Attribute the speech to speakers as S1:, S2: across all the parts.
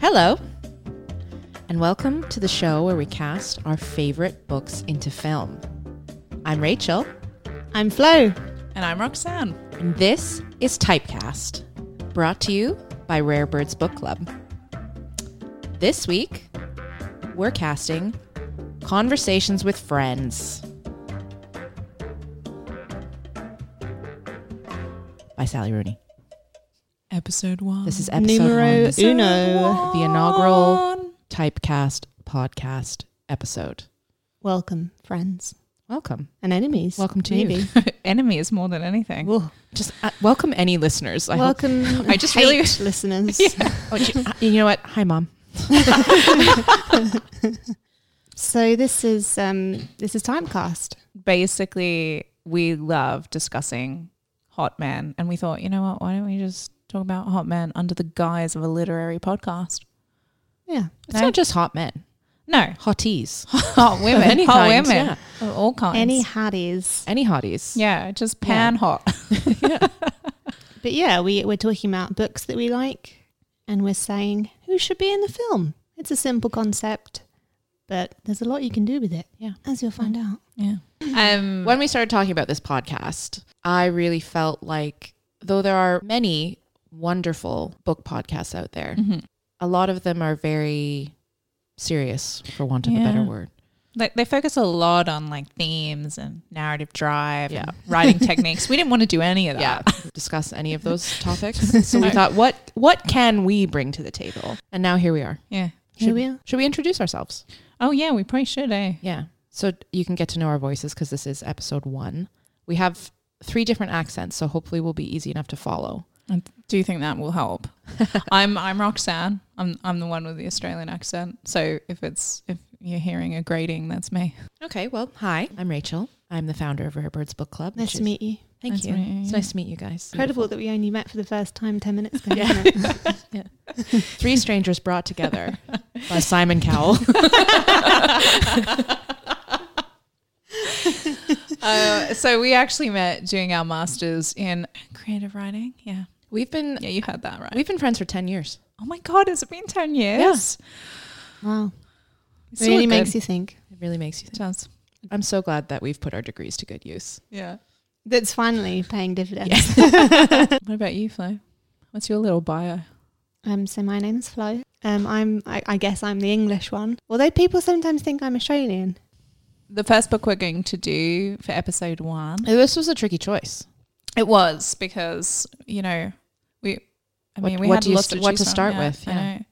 S1: Hello, and welcome to the show where we cast our favorite books into film. I'm Rachel,
S2: I'm Flo.
S3: And I'm Roxanne.
S1: and this is Typecast, brought to you by Rare Birds Book Club. This week, we're casting Conversations with Friends by Sally Rooney.
S3: Episode one.
S1: This is episode one.
S2: Numero uno.
S1: the inaugural typecast podcast episode.
S2: Welcome, friends
S1: Welcome.
S2: and enemies.
S1: Welcome to
S2: maybe.
S1: you.
S3: enemy is more than anything.
S2: Whoa.
S1: Just uh, welcome any listeners. I hope-
S2: Welcome,
S3: I just
S2: hate
S3: really-
S2: listeners.
S1: Oh, gee, uh, you know what? Hi, mom.
S2: So this is um, this is Timecast.
S3: Basically, we love discussing hot men, and we thought, you know what? Why don't we just talk about hot men under the guise of a literary podcast?
S2: Yeah,
S1: It's
S3: No.
S1: not just hot men,
S3: No,
S1: hotties,
S3: hot women,
S1: Any
S3: hot
S1: kinds,
S3: women,
S1: yeah.
S3: Of all kinds.
S2: any haddies.
S1: any hotties.
S3: yeah, just pan hot.
S2: But yeah, we we're talking about books that we like, and we're saying who should be in the film. It's a simple concept, but there's a lot you can do with it.
S1: Yeah.
S2: as you'll find out.
S3: Yeah. Um.
S1: When we started talking about this podcast, I really felt like though there are many wonderful book podcasts out there,
S3: mhm.
S1: a lot of them are very serious, for want of a better
S3: Yeah.
S1: word.
S3: Like they focus a lot on like themes and narrative drive
S1: Yeah.
S3: and writing techniques. We didn't want to do any of that.
S1: yeah discuss any of those topics so we thought what what can we bring to the table and now here we are
S3: Yeah.
S2: Here we are.
S1: should we introduce ourselves
S3: Oh yeah, we probably should, eh?
S1: yeah so you can get to know our voices because this is episode one we have three different accents so hopefully we'll be easy enough to follow
S3: I do you think that will help. I'm I'm Roxanne. I'm I'm the one with the Australian accent. So if it's if you're hearing a grating, that's me.
S1: okay well hi i'm rachel i'm the founder of rare birds book club
S2: Nice to meet you.
S1: thank
S3: Nice
S1: you
S3: to meet you.
S1: it's nice to meet you guys
S2: Incredible that we only met for the first time ten minutes ago.
S1: Yeah.
S2: isn't it?
S1: three strangers brought together by simon cowell
S3: Uh, so we actually met doing our masters in creative writing. Yeah,
S1: we've been
S3: yeah, you heard that right.
S1: we've been friends for 10 years
S3: oh my god, has it been ten years?
S2: Wow,
S3: It's
S2: it
S3: still
S2: really
S3: good.
S2: makes you think.
S1: it really makes you
S3: It
S1: think
S3: does.
S1: i'm so glad that we've put our degrees to good use
S3: Yeah.
S2: That's finally paying dividends.
S3: what about you, Flo? What's your little bio?
S2: Um, so my name's Flo. Um, I'm I, I guess I'm the English one. Although people sometimes think I'm Australian.
S3: The first book we're going to do for episode one.
S1: this was a tricky choice
S3: It was because you know we. I
S1: What-
S3: mean, we
S1: what
S3: had
S1: do you
S3: lots
S1: st-
S3: to
S1: what
S3: choose
S1: to
S3: from,
S1: start with,
S3: I
S1: yeah.
S3: know.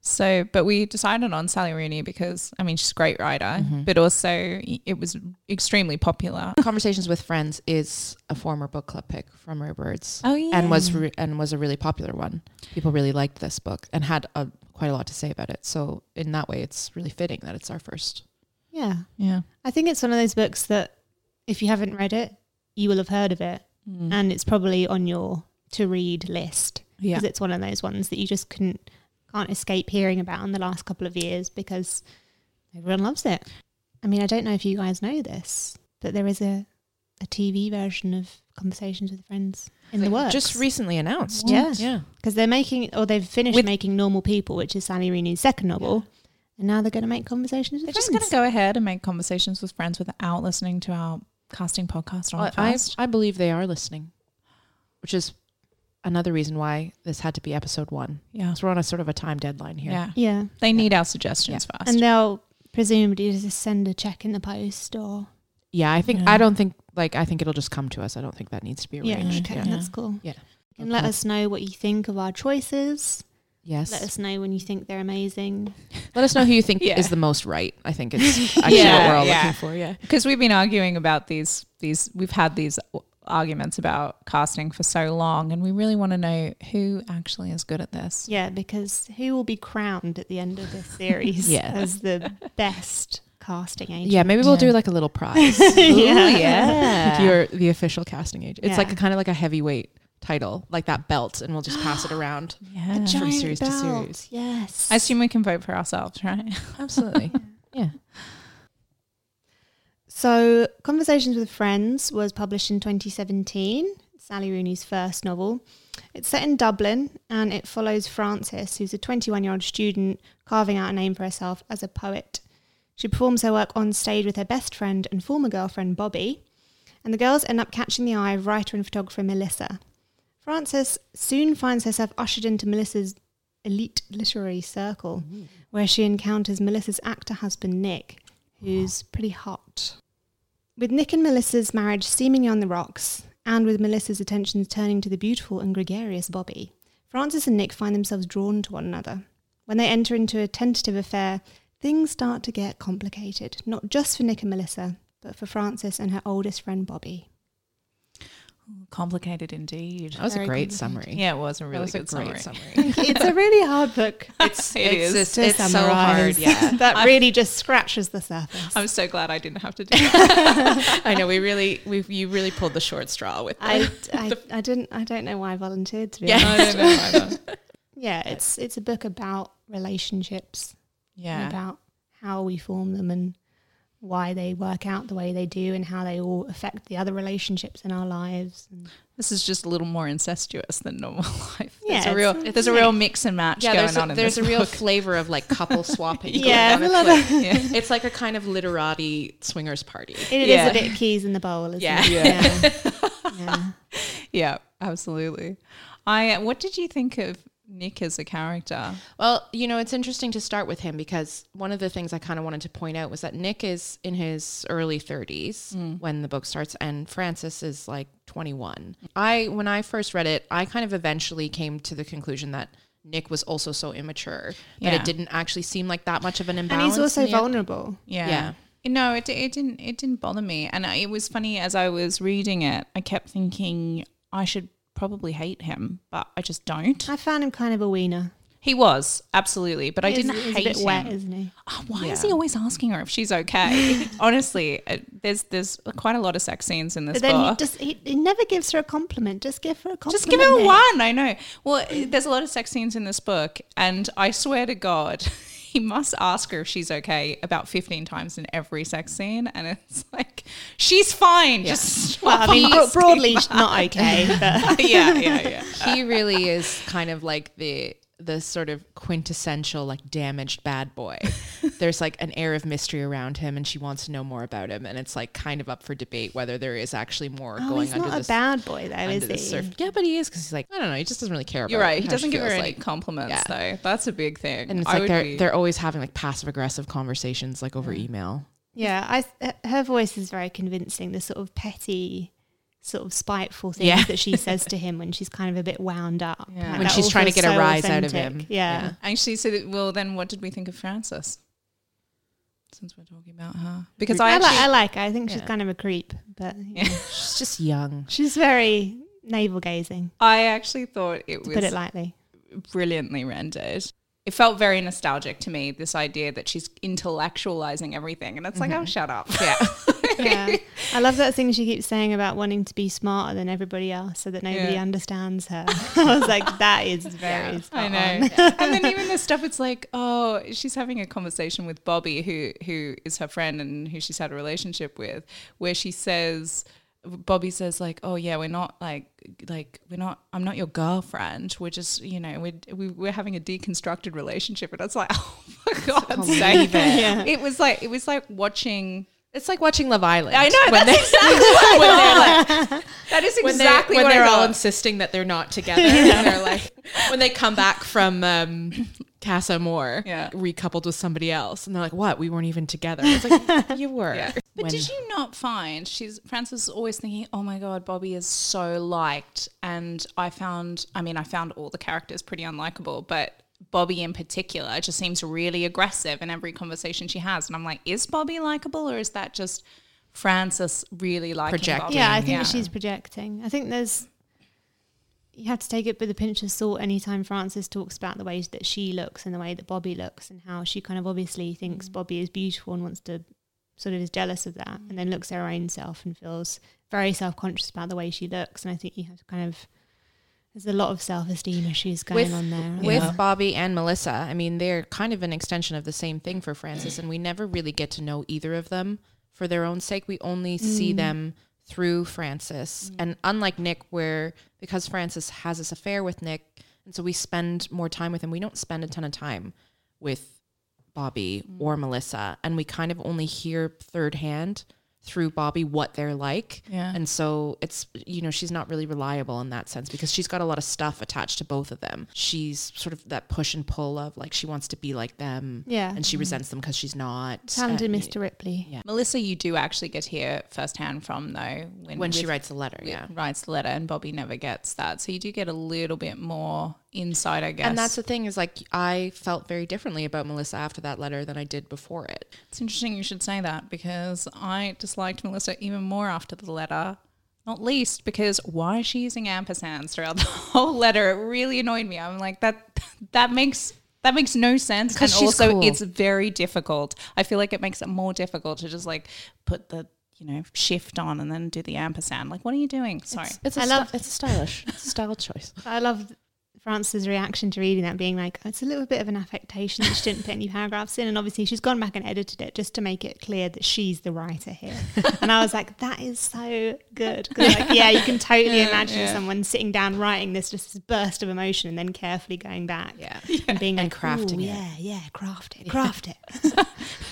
S3: So, but we decided on Sally Rooney because I mean she's a great writer,
S1: Mhm.
S3: but also y- it was extremely popular.
S1: Conversations with Friends is a former book club pick from Rare Birds
S3: Oh yeah,
S1: and was re- and was a really popular one. People really liked this book and had a, quite a lot to say about it. So in that way, it's really fitting that it's our first.
S2: Yeah,
S3: yeah.
S2: I think it's one of those books that if you haven't read it, you will have heard of it,
S3: Mm.
S2: and it's probably on your to read list
S3: yeah,
S2: because it's one of those ones that you just couldn't can't escape hearing about in the last couple of years because everyone loves it. I mean, I don't know if you guys know this, but there is a a TV version of Conversations with Friends in the works.
S1: Just recently announced.
S2: Yeah.
S1: Yeah.
S2: because they're making or they've finished
S3: With-
S2: making Normal People, which is Sally Rooney's second novel, and now they're going to make Conversations with
S3: they're
S2: Friends.
S3: just gonna go ahead and make conversations with friends without listening to our casting podcast on
S1: I, I,
S3: first.
S1: I believe they are listening, which is another reason why this had to be episode one.
S3: yeah,
S1: Because we're on a sort of a time deadline here.
S3: yeah.
S2: yeah,
S3: They need our suggestions first.
S2: and they'll presumably just send a check in the post or
S1: Yeah. I think,
S3: Yeah.
S1: I don't think, like, I think it'll just come to us. I don't think that needs to be
S2: yeah,
S1: arranged.
S2: okay,
S3: yeah.
S2: that's cool.
S1: Yeah.
S2: and let us know what you think of our choices.
S1: Yes.
S2: Let us know when you think they're amazing.
S1: Let us know who you think
S3: Yeah.
S1: is the most right. I think it's actually what
S3: Yeah,
S1: we're all
S3: yeah.
S1: looking for. Yeah.
S3: because we've been arguing about these these we've had these arguments about casting for so long and we really want to know who actually is good at this
S2: Yeah, because who will be crowned at the end of this series
S1: Yeah.
S2: as the best casting agent?
S1: Yeah, maybe we'll
S3: Yeah.
S1: do like a little prize.
S2: Yeah.
S1: If you're the official casting agent. It's like
S2: Yeah.
S1: a kind of like a heavyweight title, like that belt, and we'll just pass it around.
S3: yeah
S2: A
S1: from
S2: giant
S1: series to
S2: belt.
S1: series.
S2: Yes.
S3: i assume we can vote for ourselves right
S1: Absolutely. yeah.
S2: So, Conversations with Friends was published in 2017. It's Sally Rooney's first novel. It's set in Dublin and it follows Frances, who's a 21 year old student carving out a name for herself as a poet. She performs her work on stage with her best friend and former girlfriend, Bobby, and the girls end up catching the eye of writer and photographer Melissa. Frances soon finds herself ushered into Melissa's elite literary circle, where she encounters Melissa's actor husband, Nick, who's pretty hot. With Nick and Melissa's marriage seemingly on the rocks, and with Melissa's attentions turning to the beautiful and gregarious Bobby, Frances and Nick find themselves drawn to one another. When they enter into a tentative affair, things start to get complicated, not just for Nick and Melissa, but for Frances and her oldest friend Bobby.
S3: Complicated indeed.
S1: That was
S2: Very
S1: a great
S2: complicated.
S1: summary.
S3: Yeah, it was a
S1: that
S3: really
S1: was a
S3: good
S1: great
S3: summary.
S1: summary.
S2: it's a really hard book.
S3: It's, it
S1: it's
S3: is.
S1: just-
S2: to
S1: it's so hard.
S2: summarise.
S1: Yeah.
S2: that really just scratches the surface.
S3: I'm so glad I didn't have to do that.
S1: I know we really we you really pulled the short straw with that.
S2: I, I, I didn't I don't know why I volunteered to be
S1: Yeah.
S2: yeah.
S3: I don't know either.
S2: yeah it's it's a book about relationships and
S3: Yeah.
S2: about how we form them and why they work out the way they do and how they all affect the other relationships in our lives and
S3: This is just a little more incestuous than normal life.
S2: Yeah,
S3: There's a
S2: it's
S3: real
S2: not-
S3: there's a real mix and match
S1: yeah,
S3: going
S1: there's
S3: on
S1: a,
S3: in
S1: there's a
S3: this
S1: real
S3: book.
S1: flavor of like couple swapping.
S2: Yeah,
S1: going
S2: I
S1: on.
S2: love
S1: It's, like, it's like a kind of literati swingers party.
S2: it is
S3: Yeah.
S2: a bit keys in the bowl isn't
S1: Yeah.
S2: it yeah, yeah.
S3: Yeah, absolutely. I what did you think of Nick as a character?
S1: Well, you know, it's interesting to start with him because one of the things I kind of wanted to point out was that Nick is in his early 30s
S2: Mm.
S1: when the book starts and Francis is like 21. I when I first read it, I kind of eventually came to the conclusion that Nick was also so immature that
S3: Yeah.
S1: it didn't actually seem like that much of an
S2: and
S1: imbalance.
S2: he's also
S1: in the end.
S2: vulnerable
S3: Yeah.
S1: Yeah.
S3: No, it, it didn't it didn't bother me, and I, it was funny as I was reading it. I kept thinking I should probably hate him, but I just don't.
S2: I found him kind of a wiener
S3: He was absolutely, but I
S2: He's-
S3: didn't
S2: he's
S3: hate
S2: a bit
S3: him.
S2: wet isn't he
S3: Oh, why is
S1: Yeah.
S3: he always asking her if she's okay? Honestly, it, there's there's quite a lot of sex scenes in this
S2: but then he
S3: book.
S2: just he, he never gives her a compliment just give her a compliment
S3: Just give her
S2: Nick.
S3: one. I know. Well, there's a lot of sex scenes in this book, and I swear to God, he must ask her if she's okay about 15 times in every sex scene, and it's like she's fine. Just stop
S2: well, I mean bro-
S3: asking
S2: broadly
S3: that.
S2: not okay but
S3: yeah, yeah, yeah.
S1: he really is kind of like the the sort of quintessential like damaged bad boy. There's like an air of mystery around him, and she wants to know more about him, and it's like kind of up for debate whether there is actually more
S2: Oh,
S1: going
S2: he's
S1: under
S2: not a
S1: this.
S2: bad boy though,
S1: under
S2: is he?
S1: the surf. Yeah, but he is because he's like I don't know. He just doesn't really care. About
S3: You're right. He
S1: how
S3: doesn't
S1: she
S3: give her
S1: feels,
S3: any
S1: like.
S3: compliments
S1: Yeah.
S3: though. That's a big thing.
S1: And it's
S3: I
S1: like
S3: would
S1: they're
S3: be-
S1: they're always having like passive aggressive conversations like over email.
S2: Yeah, I th- her voice is very convincing. The sort of petty, sort of spiteful things
S1: Yeah.
S2: that she says to him when she's kind of a bit wound up,
S3: Yeah.
S2: Like,
S3: When
S2: that
S1: she's
S2: all
S1: trying to
S2: feels
S1: get a
S2: so
S1: rise out of
S2: authentic.
S1: him.
S2: Yeah.
S1: Yeah.
S3: Actually, so that, well, then what did we think of Frances? Since we're talking about her, because I
S2: I,
S3: actually,
S2: like, I like. Her. I think she's
S3: Yeah.
S2: kind of a creep, but you know,
S1: She's just young.
S2: she's very navel gazing.
S3: I actually thought it
S2: To
S3: was
S2: put it lightly,
S3: brilliantly rendered. It felt very nostalgic to me. This idea that she's intellectualizing everything, and it's like, oh, shut up. Yeah,
S2: yeah. I love that thing she keeps saying about wanting to be smarter than everybody else, so that nobody
S3: Yeah.
S2: understands her. I was like, that is very. spot
S3: I know.
S2: on.
S3: and then even the stuff, it's like, oh, she's having a conversation with Bobby, who who is her friend and who she's had a relationship with, where she says, Bobby says like, oh yeah, we're not like like we're not. I'm not your girlfriend. We're just you know we're we, we're having a deconstructed relationship, and it's like, oh my god, sake.
S2: Yeah.
S3: It was like it was like watching.
S1: It's like watching Love Island.
S3: I know
S1: When
S3: that's exactly what they're like. That is
S1: when
S3: exactly
S1: they, when
S3: what
S1: they're
S3: I
S1: all
S3: thought.
S1: insisting that they're not together. and they're like when they come back from um, Casa Moore,
S3: Yeah.
S1: recoupled with somebody else, and they're like, "What? We weren't even together." It's like you were.
S3: Yeah. But
S1: When-
S3: did you not find she's Frances is always thinking, "Oh my god, Bobby is so liked." And I found, I mean, I found all the characters pretty unlikable, but Bobby in particular just seems really aggressive in every conversation she has. And I'm like, is Bobby likable or is that just Frances really liking
S1: Projecting.
S3: Bobby?
S2: Yeah, I think she's projecting. I think there's you have to take it with a pinch of salt anytime Frances talks about the way that she looks and the way that Bobby looks and how she kind of obviously
S1: Mm.
S2: thinks Bobby is beautiful and wants to sort of is jealous of that and
S1: Mm.
S2: then looks at her own self and feels very self conscious about the way she looks. And I think you have to kind of there's a lot of self esteem issues going
S1: With-
S2: on there.
S1: With
S3: Yeah.
S1: Bobby and Melissa, I mean, they're kind of an extension of the same thing
S3: Mm.
S1: for Francis, and we never really get to know either of them for their own sake. We only see them through Francis. And unlike Nick, where because Francis has this affair with Nick, and so we spend more time with him, we don't spend a ton of time with Bobby
S3: Mm.
S1: or Melissa. And we kind of only hear third hand through Bobby what they're like.
S3: Yeah.
S1: And so it's, you know, she's not really reliable in that sense because she's got a lot of stuff attached to both of them. She's sort of that push and pull of like she wants to be like them.
S2: Yeah.
S1: And she resents them because she's not.
S2: Hand to
S1: and-
S2: Mr. Ripley.
S1: Yeah.
S3: Melissa, you do actually get to hear firsthand from though when,
S1: When she
S3: with-
S1: writes a letter. Yeah.
S3: writes the letter, and Bobby never gets that. So you do get a little bit more insight, I guess.
S1: And that's the thing is like I felt very differently about Melissa after that letter than I did before it.
S3: it's interesting you should say that because I disliked Melissa even more after the letter. Not least because why is she using ampersands throughout the whole letter? It really annoyed me. I'm like that that makes that makes no sense. And
S1: 'Cause she's
S3: also
S1: cool.
S3: it's very difficult. I feel like it makes it more difficult to just like put the you know, shift on and then do the ampersand. Like, what are you doing? Sorry.
S1: It's
S2: a I sty- love-
S1: it's stylish. It's a style choice.
S2: I love Frances' reaction to reading that, being like, it's a little bit of an affectation that she didn't put any paragraphs in. And obviously, she's gone back and edited it just to make it clear that she's the writer here. and I was like, that is so good. 'Cause, like, yeah, you can totally imagine someone sitting down writing this just this burst of emotion and then carefully going back
S1: Yeah.
S2: and being
S1: And
S2: like,
S1: crafting
S2: "Ooh,
S1: it."
S2: Yeah, yeah, craft it, craft it.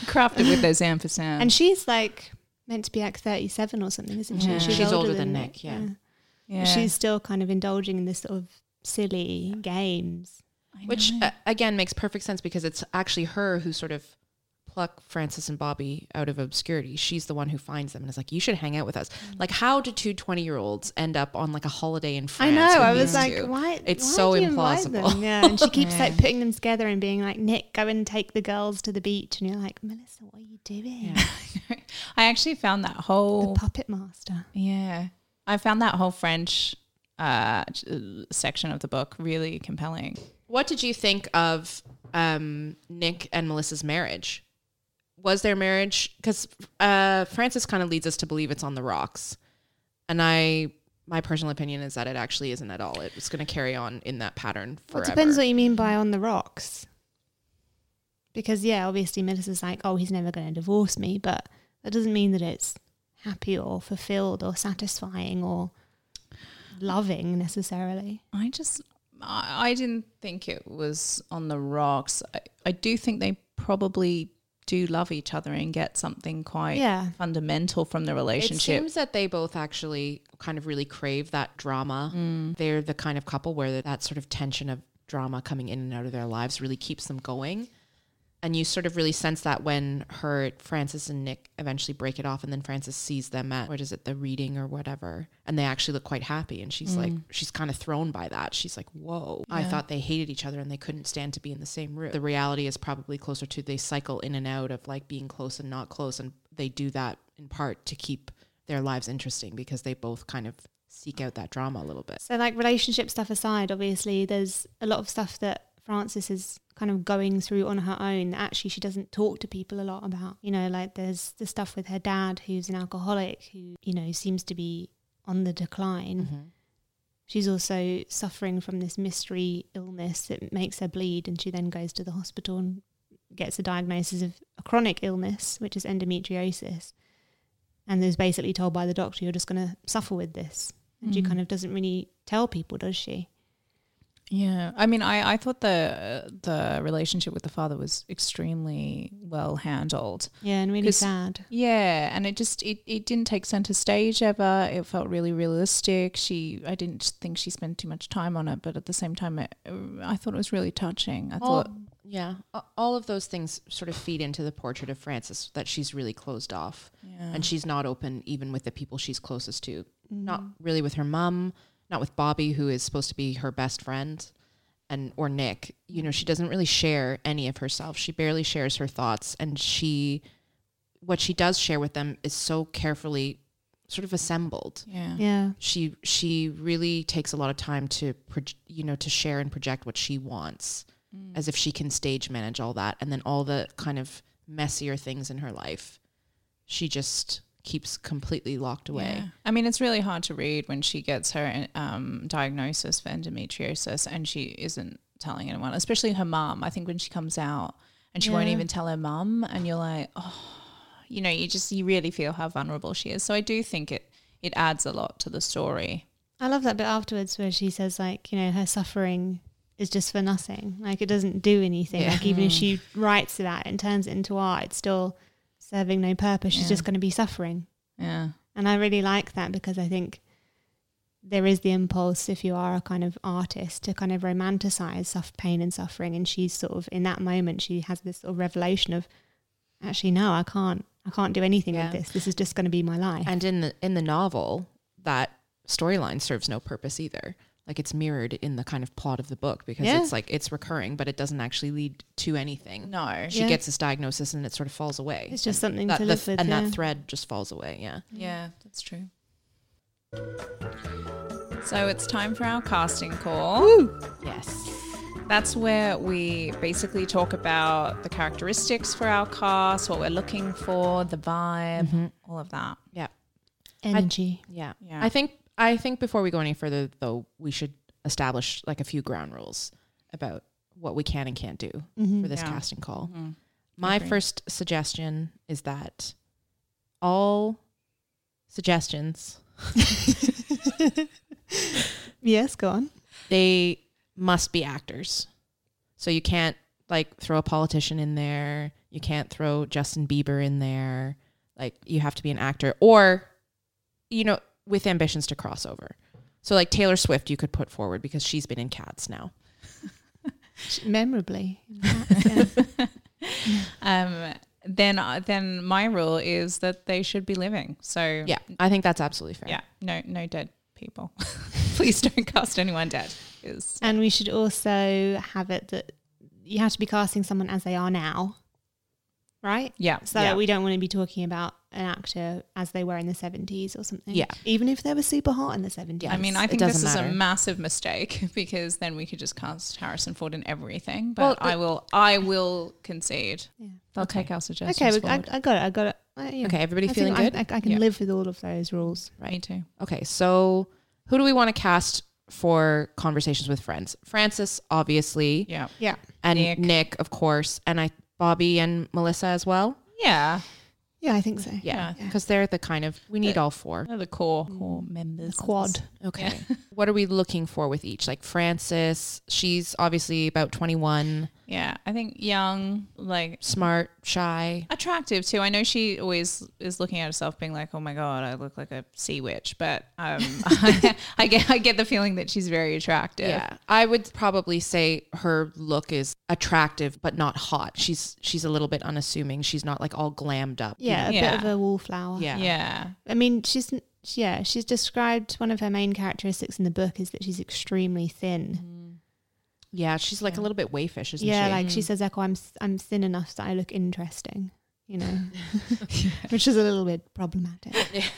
S3: crafted with those
S1: Um,
S3: ampersands.
S2: And she's like meant to be like 37 or something, isn't she?
S3: Yeah.
S1: She's older than Nick, yeah.
S3: yeah.
S2: She's still kind of indulging in this sort of silly games.
S3: I
S1: Which
S3: know.
S1: uh, again makes perfect sense because it's actually her who sort of pluck Francis and Bobby out of obscurity. She's the one who finds them and is like, "You should hang out with us." Like, how do two 20-year-olds end up on like a holiday in France?
S2: Mm. I know.
S1: with
S2: I
S1: these
S2: was like,
S1: two?
S2: why?
S1: It's
S2: why
S1: so
S2: do you invite them?
S1: implausible.
S2: Yeah, and she keeps like putting them together and being like, Nick, go and take the girls to the beach, and you're like, Melissa, what are you doing?
S1: Yeah.
S3: I actually found that whole
S2: The puppet master.
S3: yeah, I found that whole French uh j- section of the book really compelling.
S1: What did you think of um, Nick and Melissa's marriage? Was their marriage because uh, Francis kind of leads us to believe it's on the rocks, and I my personal opinion is that it actually isn't at all. It's going to carry on in that pattern
S2: Well,
S1: forever.
S2: it depends what you mean by on the rocks. Because yeah, obviously Melissa's like, oh, he's never going to divorce me, but that doesn't mean that it's happy or fulfilled or satisfying or loving necessarily.
S3: I just I, I didn't think it was on the rocks. I, I do think they probably do love each other and get something quite
S2: Yeah.
S3: fundamental from the
S1: It
S3: relationship.
S1: seems that they both actually kind of really crave that drama. They're the kind of couple where that sort of tension of drama coming in and out of their lives really keeps them going. And you sort of really sense that when her Francis and Nick eventually break it off, and then Francis sees them at what is it, the reading or whatever, and they actually look quite happy. And she's like, she's kind of thrown by that. She's like, whoa, I thought they hated each other and they couldn't stand to be in the same room. The reality is probably closer to they cycle in and out of like being close and not close, and they do that in part to keep their lives interesting because they both kind of seek out that drama a little bit.
S2: So, like relationship stuff aside, obviously, there's a lot of stuff that Frances is kind of going through on her own that actually she doesn't talk to people a lot about. You know, like there's the stuff with her dad, who's an alcoholic, who, you know, seems to be on the decline.
S1: Mm-hmm.
S2: She's also suffering from this mystery illness that makes her bleed, and she then goes to the hospital and gets a diagnosis of a chronic illness, which is endometriosis. And is basically told by the doctor, you're just going to suffer with this. And she kind of doesn't really tell people, does she?
S3: Yeah, I mean, I, I thought the the relationship with the father was extremely well handled.
S2: Yeah, and really
S3: 'Cause-
S2: sad.
S3: Yeah, and it just it, it didn't take center stage ever. It felt really realistic. She I didn't think she spent too much time on it, but at the same time, it, I thought it was really touching. I
S1: all,
S3: thought
S1: yeah, a- all of those things sort of feed into the portrait of Frances that she's really closed off, and she's not open even with the people she's closest to. Not
S2: Mm.
S1: really with her mum, not with Bobby, who is supposed to be her best friend, and or Nick. You know, she doesn't really share any of herself. She barely shares her thoughts, and she, what she does share with them is so carefully, sort of assembled
S3: yeah,
S2: Yeah.
S1: she she really takes a lot of time to proj- you know to share and project what she wants
S2: Mm.
S1: as if she can stage manage all that and then all the kind of messier things in her life she just keeps completely locked away
S3: Yeah. I mean, it's really hard to read when she gets her um, diagnosis for endometriosis and she isn't telling anyone, especially her mum. I think when she comes out and she won't
S2: Yeah.
S3: even tell her mum, and you're like, oh, you know, you just you really feel how vulnerable she is. So I do think it it adds a lot to the story.
S2: I love that bit afterwards where she says like, you know, her suffering is just for nothing. Like it doesn't do anything.
S3: Yeah.
S2: Like even if she writes about it and turns it into art, it's still serving no purpose. She's
S3: Yeah.
S2: just going to be suffering.
S3: Yeah.
S2: And I really like that because I think there is the impulse if you are a kind of artist to kind of romanticize suff pain and suffering and she's sort of in that moment she has this sort of revelation of actually no, I can't I can't do anything
S1: Yeah.
S2: with this. This is just going to be my life.
S1: And in the in the novel, that storyline serves no purpose either. Like it's mirrored in the kind of plot of the book because
S2: Yeah.
S1: it's like it's recurring, but it doesn't actually lead to anything.
S3: No.
S1: She
S2: Yeah.
S1: gets this diagnosis and it sort of falls away.
S2: it's just something
S1: that
S2: to
S1: the,
S2: live with.
S1: and
S2: yeah.
S1: that thread just falls away. Yeah.
S3: Yeah, that's true. So it's time for our casting call.
S1: Yes.
S3: That's where we basically talk about the characteristics for our cast, what we're looking for, the vibe, all of that.
S1: Yeah.
S2: energy.
S1: Yeah.
S3: Yeah.
S1: I think I think before we go any further though, we should establish like a few ground rules about what we can and can't do for this
S3: Mm-hmm. Yeah. Mm-hmm.
S1: casting call. My
S3: Agree.
S1: first suggestion is that all suggestions
S2: yes, go on.
S1: they must be actors. So you can't like throw a politician in there. You can't throw Justin Bieber in there. Like you have to be an actor or you know with ambitions to cross over. So like Taylor Swift you could put forward because she's been in Cats now.
S2: Memorably.
S3: Um, then, uh, then my rule is that they should be living. So
S1: Yeah, I think that's absolutely fair.
S3: yeah, no, no dead people. Please don't cast anyone dead. Is
S2: and we should also have it that you have to be casting someone as they are now, right?
S3: yeah,
S2: So
S3: yeah.
S2: we don't want to be talking about an actor as they were in the 70s or something.
S1: Yeah.
S2: Even if they were super hot in the 70s.
S1: Yeah.
S3: I mean, I
S1: It
S3: think this
S1: doesn't
S3: is a
S1: matter.
S3: massive mistake because then we could just cast Harrison Ford in everything.
S1: Well,
S3: But I
S1: it-
S3: will, I will concede.
S2: Yeah.
S3: They'll take our suggestions.
S2: Okay, we, I,
S3: forward.
S2: I got it. I got it. Uh, yeah.
S1: Okay, everybody
S2: I
S1: feeling
S2: think
S1: good?
S2: I, I, I can
S3: Yeah.
S2: live with all of those rules.
S3: me too.
S1: okay, so who do we want to cast for conversations with friends? Francis obviously
S3: Yeah,
S2: Yeah.
S1: and
S3: Nick.
S1: Nick. of course and I Bobby and Melissa as well.
S3: yeah.
S2: Yeah, I think so.
S1: Yeah, Mm.
S3: Yeah.
S1: because they're the kind of we need all four.
S3: They're the core core members.
S2: Quad.
S1: Okay. what are we looking for with each? Like Frances, she's obviously about 21,
S3: Yeah, I think young, like
S1: smart, shy.
S3: attractive too. I know she always is looking at herself, being like, "Oh my god, I look like a sea witch," but um, I, get I get the feeling that she's very attractive.
S1: I would probably say her look is attractive but not hot. She's she's a little bit unassuming. She's not like all glammed up. you
S2: Yeah, a
S3: Yeah.
S2: bit of a wallflower.
S1: know? Yeah.
S3: yeah,
S2: I mean, she's n- she- yeah, she's described one of her main characteristics in the book is that she's extremely thin.
S1: Yeah, she's like
S3: Yeah.
S1: a little bit waifish, isn't
S2: yeah,
S1: she?
S2: like she
S3: Mm.
S2: says, "Echo, I'm s- I'm thin enough that I look interesting," you know, which is a little bit problematic.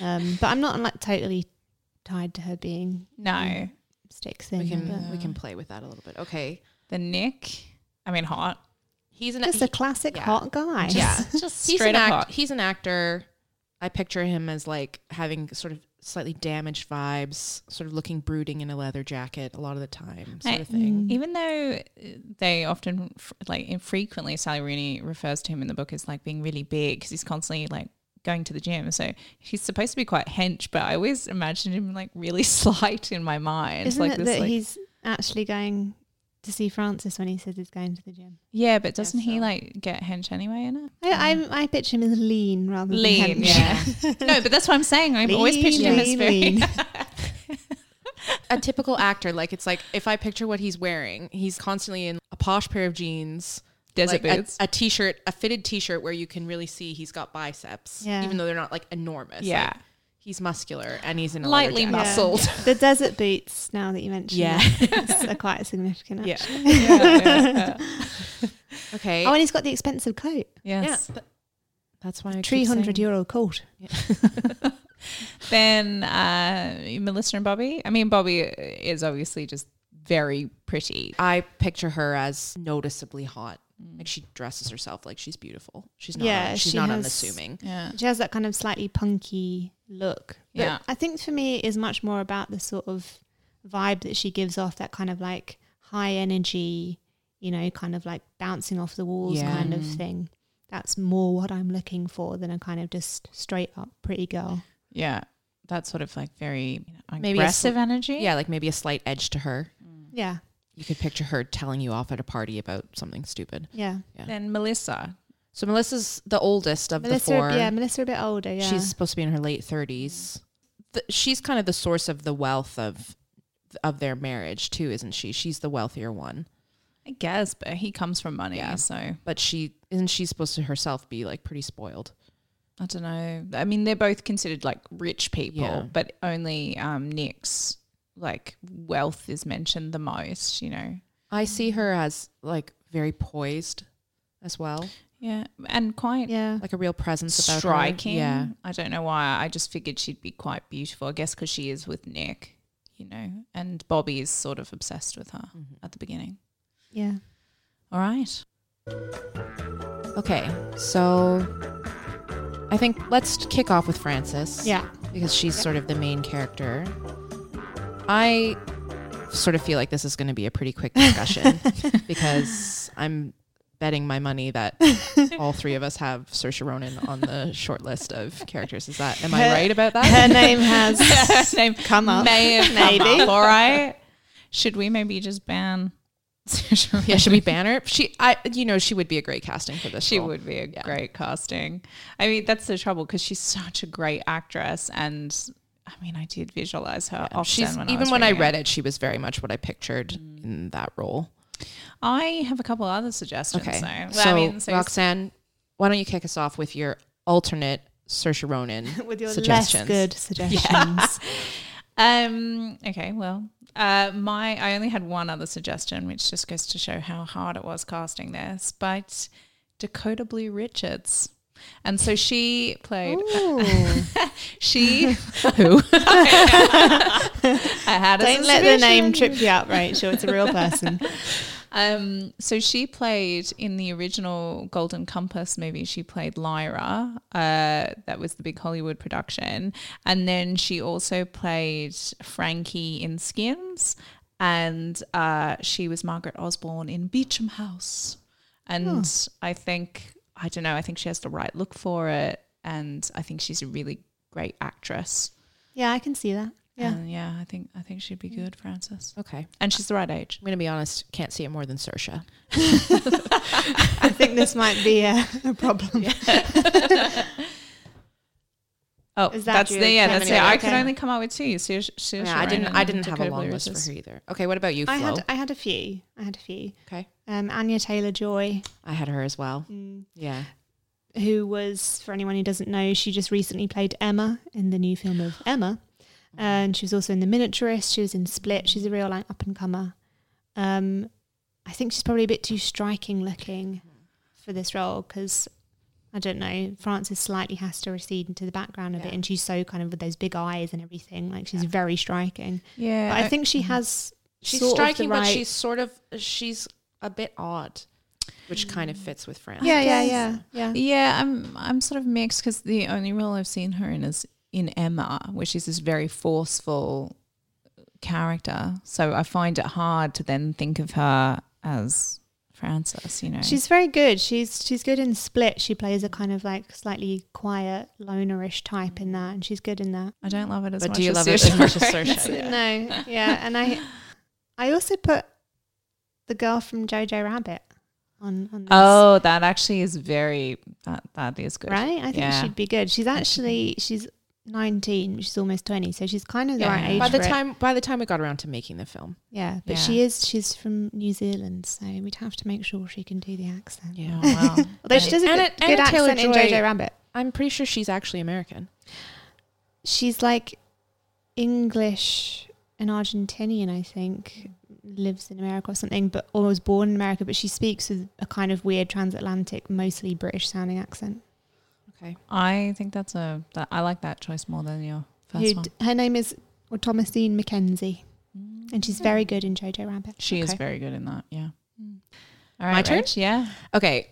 S2: um, but I'm not like totally tied to her being
S1: Mm.
S3: no,
S2: stick thin.
S1: we can
S2: but
S1: we can play with that a little bit. Okay.
S3: the Nick. I mean, hot.
S1: He's an
S2: just a classic
S1: yeah.
S2: hot guy.
S1: Yeah.
S3: just
S1: he's
S3: straight
S1: an
S3: up
S1: act-
S3: hot.
S1: he's an actor. I picture him as like having sort of slightly damaged vibes, sort of looking brooding in a leather jacket a lot of the time, sort
S3: I-
S1: of
S2: Mm.
S1: thing.
S3: Even though uh, they often, f- like, infrequently, Sally Rooney refers to him in the book as like being really big because he's constantly like going to the gym. So he's supposed to be quite hench, but I always imagined him like really slight in my mind.
S2: Isn't
S3: like
S2: it
S3: this,
S2: that
S3: like-
S2: he's actually going to see Francis when he says he's going to the gym?
S3: yeah, but doesn't he
S1: so.
S3: like get hench anyway in it?
S2: I, I I picture him as lean rather than
S3: Lean,
S2: hench.
S3: yeah. no, but that's what I'm saying. I've always
S2: Lean,
S3: pictured him as
S2: lean,
S3: very.
S2: lean.
S1: A typical actor, like it's like if I picture what he's wearing, he's constantly in a posh pair of jeans,
S3: Desert
S1: like a-
S3: boots.
S1: a t-shirt, a fitted t-shirt where you can really see he's got biceps,
S2: Yeah.
S1: even though they're not like enormous. Like,
S3: Yeah.
S1: he's muscular and he's in a leather
S3: Lightly
S1: jacket.
S3: muscled.
S2: The desert boots, now that you mention
S1: Yeah.
S2: it, are quite significant.
S1: Yeah.
S2: actually.
S3: Yeah, yeah, yeah.
S1: Okay.
S2: Oh, and he's got the expensive coat.
S1: yeah.
S3: Yes.
S1: but that's why I keep
S2: Three hundred
S1: saying-
S2: euro coat.
S3: Then uh, Melissa and Bobby. I mean, Bobby is obviously just very pretty.
S1: I picture her as noticeably hot. Like she dresses herself like she's beautiful. She's not.
S2: Yeah,
S1: she's
S2: she
S1: not
S2: has-
S1: unassuming.
S3: Yeah.
S2: She has that kind of slightly punky look. But
S3: Yeah.
S2: I think for me it is much more about the sort of vibe that she gives off, that kind of like high energy, you know, kind of like bouncing off the walls
S1: Yeah. Mm.
S2: kind of thing. That's more what I'm looking for than a kind of just straight up pretty girl.
S3: Yeah. that sort of like very you know,
S1: Maybe a
S3: aggressive energy.
S1: Yeah, like maybe a slight edge to her.
S2: Yeah.
S1: You could picture her telling you off at a party about something stupid.
S2: Yeah.
S3: Then Melissa.
S1: So Melissa's the oldest of
S2: Melissa,
S1: the four.
S2: yeah, Melissa a bit older. Yeah.
S1: She's supposed to be in her late 30s. The, she's kind of the source of the wealth of of their marriage too, isn't she? She's the wealthier one.
S3: I guess, but he comes from money,
S1: Yeah.
S3: so I
S1: But she isn't she supposed to herself be like pretty spoiled.
S3: don't know. I mean, they're both considered like rich people,
S1: Yeah.
S3: but only um, Nick's like wealth is mentioned the most. You know,
S1: I see her as like very poised as well.
S3: yeah, and quite
S2: yeah.
S1: Like a real presence about her.
S3: striking.
S1: Yeah.
S3: I don't know why. I just figured she'd be quite beautiful. I guess because she is with Nick, you know, and Bobby is sort of obsessed with her
S1: Mm-hmm.
S3: at the beginning.
S2: yeah.
S3: All right.
S1: Okay. So I think let's kick off with Frances.
S2: Yeah.
S1: because she's sort of the main character. I sort of feel like this is going to be a pretty quick discussion because I'm betting my money that all three of us have Saoirse Ronan on the short list of characters. Is that am I right about
S2: Her
S1: that?
S2: name has
S3: Her name
S2: come up.
S3: may have come
S2: Maybe.
S3: up, all right. Should we maybe just ban?
S1: yeah, should we ban her? She, I, you know, she would be a great casting for this.
S3: She
S1: role.
S3: would be a
S1: Yeah.
S3: great casting. I mean, that's the trouble because she's such a great actress, and I mean, I did visualize her often.
S1: She's
S3: when I
S1: even
S3: was
S1: when I
S3: reading it. Mm.
S1: read it, she was very much what I pictured in that role.
S3: I have a couple other suggestions.
S1: Okay,
S3: though. Well,
S1: so
S3: I mean, so you
S1: Roxanne, why don't you kick us off with your alternate Saoirse Ronan
S2: with your
S1: suggestions?
S2: less good suggestions.
S3: Um. Okay. Well, uh, my I only had one other suggestion, which just goes to show how hard it was casting this. But Dakota Blue Richards, and so she played. she
S1: Who?
S3: I had a
S2: Don't let the name
S3: suspicion.
S2: trip you up, Rachel. It's a real person.
S3: Um. So she played in the original Golden Compass movie. She played Lyra. Uh. That was the big Hollywood production, and then she also played Frankie in Skins, and uh, she was Margaret Osborne in Beecham House. And I think I don't know. I think she has the right look for it, and I think she's a really great actress.
S2: Yeah, I can see that. Yeah.
S3: And yeah. I think I think she'd be good, Frances,
S1: okay.
S3: and she's the right age.
S1: I'm gonna be honest, can't see it more than Sersha.
S2: I think this might be a, a problem.
S3: Oh,
S2: Is that
S3: that's
S2: your
S3: the yeah,
S2: ten
S3: that's it.
S2: minute-
S3: I could
S2: okay.
S3: only come out with two. So, so
S1: Yeah, I didn't. I didn't have a long list for her either. Okay, what about you, Flo?
S2: I had I had a few. I had a few.
S1: okay,
S2: Um, Anya Taylor Joy,
S1: I had her as well.
S2: Mm.
S1: Yeah,
S2: who was for anyone who doesn't know, she just recently played Emma in the new film of Emma,
S1: Mm-hmm.
S2: Uh,
S1: Uh,
S2: and she was also in The Miniaturist. She was in Split. She's a real like up and comer. Um, I think she's probably a bit too striking looking for this role because. I don't know. Frances slightly has to recede into the background a bit,
S1: Yeah.
S2: and she's so kind of with those big eyes and everything. Like she's very striking.
S3: Yeah,
S2: But I think she has.
S1: she's
S2: sort of the
S1: striking, but
S2: right-
S1: she's sort of she's a bit odd, which kind of fits with Fran.
S3: Yeah,
S2: yeah,
S3: yes.
S2: yeah, yeah.
S3: yeah. I'm I'm sort of mixed because the only role I've seen her in is in Emma, which is this very forceful character. So I find it hard to then think of her as Frances. You know,
S2: She's very good. She's she's good in Split. She plays a kind of like slightly quiet, lonerish type in that, and she's good in that.
S3: I don't love it as
S1: But
S3: much.
S1: do you
S3: as
S1: love it as
S3: Saoirse
S1: much as
S3: Ronan.
S1: Saoirse? Yeah.
S2: No, yeah, and I I also put the girl from Jojo Rabbit on on this.
S3: Oh, that actually is very that that is good.
S2: right. I think
S3: Yeah.
S2: she'd be good. She's actually she's nineteen. She's almost twenty, so she's kind of the
S3: Yeah.
S2: right age.
S1: By the
S2: for it.
S1: time by the time we got around to making the film,
S2: yeah, but
S3: Yeah.
S2: she is she's from New Zealand, so we'd have to make sure she can do the accent.
S1: yeah,
S3: Oh, wow.
S2: Although she does a good,
S1: Anna-
S2: good
S1: Anna Taylor
S2: accent in
S1: Joy-
S2: Jojo Rabbit.
S1: I'm pretty sure she's actually American.
S2: she's like English and Argentinian, I think, lives in America or something, but or was born in America, but she speaks with a kind of weird transatlantic, mostly British sounding accent.
S1: Okay,
S3: I think that's a that, I like that choice more than your first
S2: Who
S3: one.
S2: d- her name is or Thomasine McKenzie, and she's very good in Jojo Rabbit.
S3: She is
S1: Okay.
S3: very good in that. Yeah. All
S1: My turn?
S3: Rach, yeah.
S1: okay.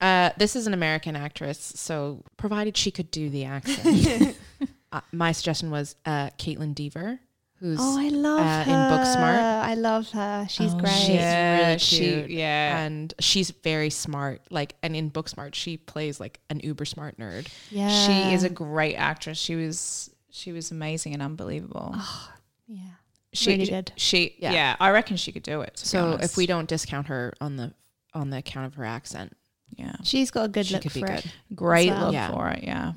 S1: Uh, this is an American actress, so provided she could do the accent, uh, my suggestion was uh, Caitlin Deaver, who's
S2: Oh, I love
S1: uh,
S2: her
S1: in Booksmart.
S2: I love her. She's
S3: Oh,
S2: great.
S1: She's
S3: yeah.
S1: really
S3: she-
S1: cute.
S3: yeah.
S1: And she's very smart. Like, and in Booksmart, she plays like an uber smart nerd.
S2: Yeah,
S3: She is a great actress. She was She was amazing and unbelievable.
S2: Yeah.
S3: she
S2: really good.
S3: She
S1: Yeah.
S3: yeah. I reckon she could do it. to be
S1: So if
S3: honest.
S1: we don't discount her on the on the account of her accent,
S3: yeah,
S2: She's got a good
S1: she
S2: look
S1: could be
S2: for
S1: good.
S2: it.
S3: great
S2: So-
S3: love
S1: Yeah.
S3: for it. Yeah.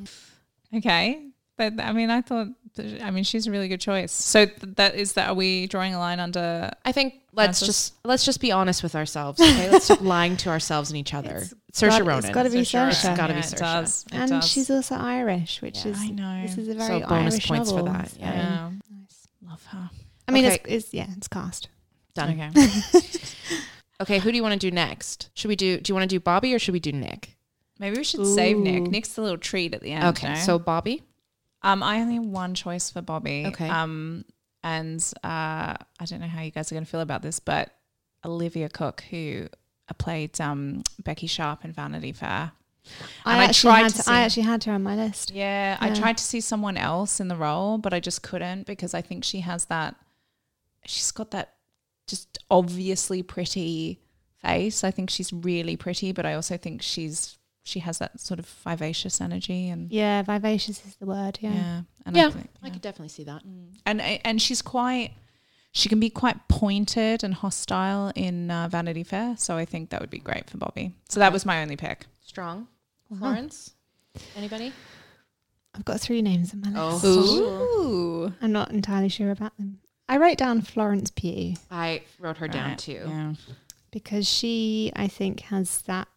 S3: Mm. Okay. But I mean, I thought. that- I mean, she's a really good choice. So th- that is that. Are we drawing a line under?
S1: I think let's
S3: Frances?
S1: just let's just be honest with ourselves. Okay, let's stop lying to ourselves and each other.
S2: It's
S1: Saoirse
S2: got-
S1: Ronan.
S2: it's gotta be
S3: Saoirse.
S2: Saoirse.
S1: It's gotta be
S3: Yeah, It
S1: Saoirse.
S3: does. It
S2: And
S3: does.
S2: she's also Irish, which
S1: Yeah.
S2: is
S3: I know.
S2: this is a very
S1: So bonus
S2: Irish
S1: points for
S2: novel,
S1: that,
S2: so-
S1: yeah.
S3: yeah.
S2: Nice.
S3: Love her.
S2: I mean,
S1: Okay.
S2: it's, it's yeah, it's cast.
S1: Done. Okay.
S3: Okay.
S1: who do you want to do next? Should we do? Do you want to do Bobby or should we do Nick?
S3: Maybe we should save Nick.
S2: Ooh.
S3: Nick's the little treat at the end.
S1: Okay,
S3: no?
S1: so Bobby.
S3: Um, I only have one choice for Bobby.
S1: Okay.
S3: Um, and uh, I don't know how you guys are going to feel about this, but Olivia Cook, who played um, Becky Sharp in Vanity Fair. And
S2: I,
S3: I
S2: actually
S3: tried
S2: had
S3: to
S2: to- I
S3: see-
S2: actually had her on my list.
S3: Yeah, I
S2: Yeah.
S3: tried to see someone else in the role, but I just couldn't because I think she has that. She's got that just obviously pretty face. I think she's really pretty, but I also think she's she has that sort of vivacious energy and
S2: Yeah, vivacious is the word.
S3: yeah.
S2: Yeah.
S3: and
S1: Yeah,
S3: I think,
S1: I
S3: yeah.
S1: could definitely see that.
S3: and and she's quite she can be quite pointed and hostile in uh, Vanity Fair, so I think that would be great for Bobby. So that was my only pick.
S1: Strong.
S2: Wow.
S1: Florence. Anybody?
S2: I've got three names on my
S1: Oh.
S2: list.
S3: Ooh,
S2: I'm not entirely sure about them. I wrote down Florence Pugh
S1: I wrote her down
S3: Right,
S1: too.
S3: yeah.
S2: because she, I think, has that,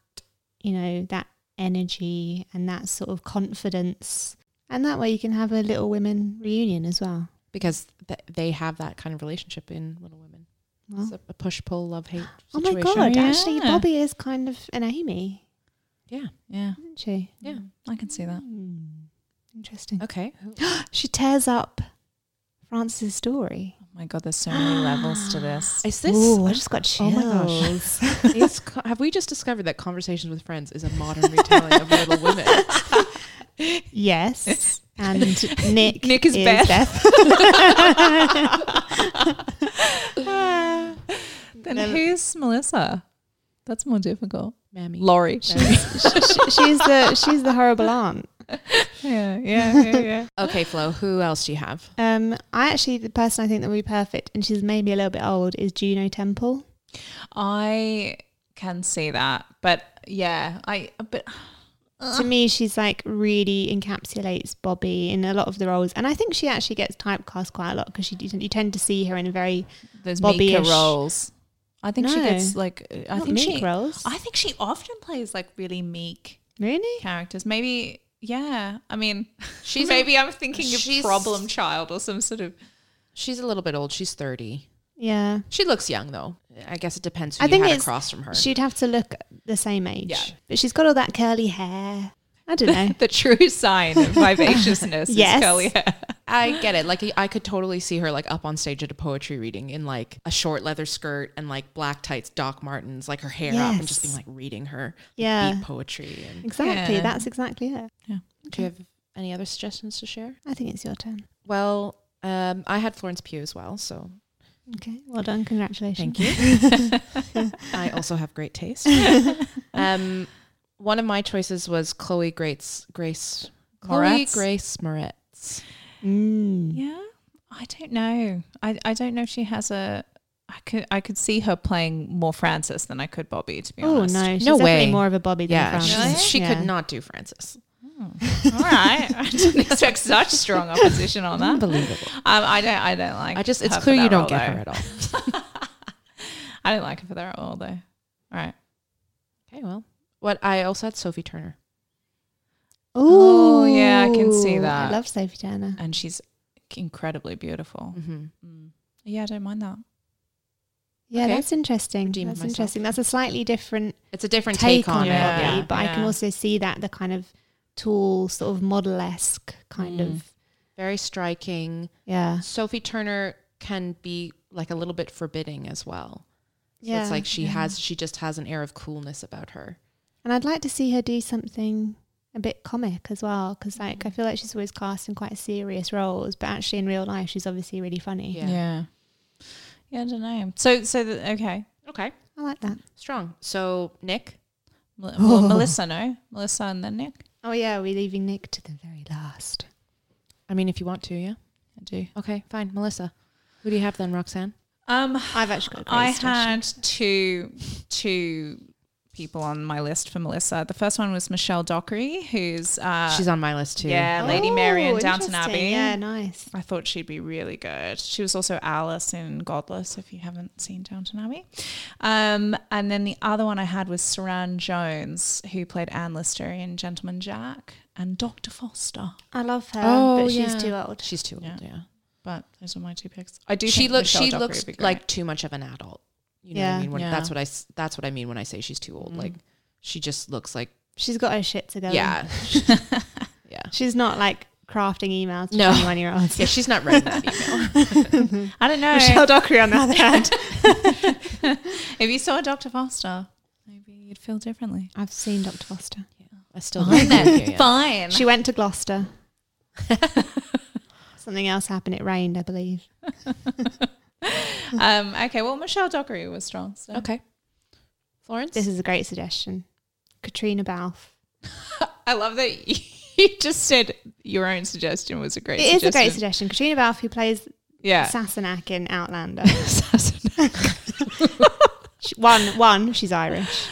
S2: you know, that energy and that sort of confidence. And that way you can have a Little Women reunion as well.
S1: because th- they have that kind of relationship in Little Women.
S2: Well,
S1: It's a, a push pull love hate.
S2: Uh-huh. oh my
S1: situation.
S2: God,
S3: Yeah.
S2: actually, Bobby is kind of an Amy,
S1: Yeah.
S3: yeah,
S2: isn't she?
S1: Yeah.
S3: I can see that.
S2: Hmm. Interesting.
S1: Okay.
S2: She tears up Frances' story.
S3: Oh my god, there's so many levels to this.
S1: Is this?
S2: Ooh, I just got
S1: Oh
S2: chills.
S1: my gosh. It's co- have we just discovered that Conversations with Friends is a modern retelling of Little Women?
S2: Yes. And Nick,
S3: Nick is Beth. then who's Melissa? That's more difficult.
S1: Mammy.
S3: Laurie.
S2: She- she's the she's the horrible aunt.
S3: yeah, yeah, yeah, yeah.
S1: Okay, Flo, who else do you have?
S2: Um, I actually the person I think that would be perfect, and she's maybe a little bit old, is Juno Temple.
S3: I can see that, but yeah, I but
S2: To me, she's like really encapsulates Bobby in a lot of the roles, and I think she actually gets typecast quite a lot because she you tend to see her in a very
S3: there's
S2: Bobby-ish.
S3: Mika roles. I think she
S2: No.
S3: gets like uh, I
S2: not
S3: think
S2: meek
S3: she
S2: roles.
S3: I think she often plays like really meek
S2: really,
S3: characters. Maybe yeah. I mean,
S1: She's-
S3: she's maybe I'm thinking of
S1: she's-
S3: problem child or some sort of
S1: She's a little bit old. She's 30.
S2: yeah.
S1: She looks young, though. I guess it depends who
S2: I
S1: you
S2: think
S1: had
S2: it's-
S1: across from her.
S2: She'd have to look the same age.
S3: Yeah.
S2: But she's got all that curly hair. I don't know.
S3: the true sign of vivaciousness
S2: Eh. Yes.
S3: is curly hair.
S1: I get it. Like, I could totally see her, like, up on stage at a poetry reading in, like, a short leather skirt and, like, black tights, Doc Martens, like, her hair up and just
S2: Yes.
S1: being, like, reading her
S2: Yeah.
S1: beat poetry. And
S2: Exactly.
S3: Yeah.
S2: That's exactly it.
S1: Do you have any other suggestions to share?
S2: I think it's your turn.
S1: Well, um, I had Florence Pugh as well, so
S2: Okay. Well done. Congratulations.
S1: Thank you. I also have great taste. um, one of my choices was Chloe Grace Grace Chloe
S3: Moretz?
S1: Grace Moretz.
S2: Mm.
S3: Yeah, I don't know. I, I don't know if she has a. I could I could see her playing more Francis than I could Bobby. To be
S2: Oh
S3: honest.
S2: no, she's
S1: No
S2: definitely
S1: way.
S2: more of a Bobby
S1: Yeah,
S2: than
S1: she's-
S2: Frances.
S1: she
S2: Yeah.
S1: could not do Francis.
S3: Hmm. All right, I didn't expect such strong opposition on that. Um,
S1: Unbelievable.
S3: I don't I don't like.
S1: I just it's
S3: her for
S1: clear you
S3: that
S1: don't
S3: role,
S1: get
S3: though.
S1: her at all.
S3: I don't like her for that role though. All right.
S1: Okay, well. What I also had Sophie Turner.
S3: Oh, yeah, I can see
S2: Ooh, I
S3: that.
S2: love Sophie Turner.
S3: And she's incredibly beautiful.
S1: Mm-hmm.
S3: Mm. Yeah, I don't mind that.
S2: Yeah,
S1: Okay.
S2: that's interesting.
S1: Redeemed
S2: that's
S1: myself.
S2: interesting. That's a slightly different
S1: It's a different
S2: take, on
S1: it.
S2: Bobby,
S3: yeah. Yeah.
S2: but I can
S3: Yeah.
S2: also see that the kind of tall, sort of model esque kind
S3: Mm.
S2: of
S1: Very striking.
S2: yeah.
S1: Sophie Turner can be like a little bit forbidding as well. So
S2: yeah.
S1: it's like she
S3: yeah.
S1: has she just has an air of coolness about her.
S2: And I'd like to see her do something a bit comic as well, because like I feel like she's always cast in quite serious roles, but actually in real life she's obviously really funny.
S1: Yeah.
S3: Yeah. Yeah, I don't know. So so the, okay.
S1: Okay.
S2: I like that.
S1: Strong. So Nick,
S3: Mel- well, Melissa, no, Melissa, and then Nick.
S2: Oh yeah, we're leaving Nick to the very last.
S1: I mean, if you want to, yeah.
S3: I do.
S1: Okay, fine. Melissa, who do you have then, Roxanne?
S3: Um,
S2: I've actually got a great
S3: I
S2: suggestion.
S3: had two two people on my list for Melissa. The first one was Michelle Dockery, who's uh,
S1: She's on my list too.
S3: yeah, Lady Mary in
S2: Oh,
S3: Downton
S2: interesting.
S3: Abbey.
S2: Yeah, nice.
S3: I thought she'd be really good. She was also Alice in Godless, if you haven't seen Downton Abbey. Um, and then the other one I had was Saran Jones, who played Anne Lister in Gentleman Jack and Dr. Foster.
S2: I love her,
S1: Oh,
S2: but
S1: yeah.
S2: she's too old.
S1: She's too old.
S3: Yeah.
S1: Yeah.
S3: But those are my two picks. I do
S1: She
S3: think
S1: looks.
S3: Michelle
S1: She
S3: Dockery
S1: looks
S3: would be great.
S1: like too much of an adult. You know what
S2: Yeah.
S1: I mean? When,
S3: Yeah.
S1: That's what I. s- That's what I mean when I say she's too old.
S3: Mm.
S1: Like she just looks like.
S2: She's got her shit together.
S1: Yeah. yeah.
S2: She's not like crafting emails to
S1: No.
S2: 21 year olds.
S1: Yeah. She's not writing that email.
S3: I don't know.
S2: Michelle Dockery on the other hand.
S3: if you saw Dr. Foster, maybe you'd feel differently.
S2: I've seen Dr. Foster.
S1: I still don't believe you, yeah.
S3: Fine.
S2: She went to Gloucester. Something else happened. It rained, I believe.
S3: um, okay, well, Michelle Dockery was strong. So.
S1: Okay. Florence,
S2: This is a great suggestion. Katrina Balfe.
S3: I love that you just said your own suggestion was a great
S2: It is a great suggestion. Uh. Katrina Balfe, who plays
S3: Yeah.
S2: Sassenach in Outlander.
S1: Sassenach.
S2: She- one, one, she's Irish.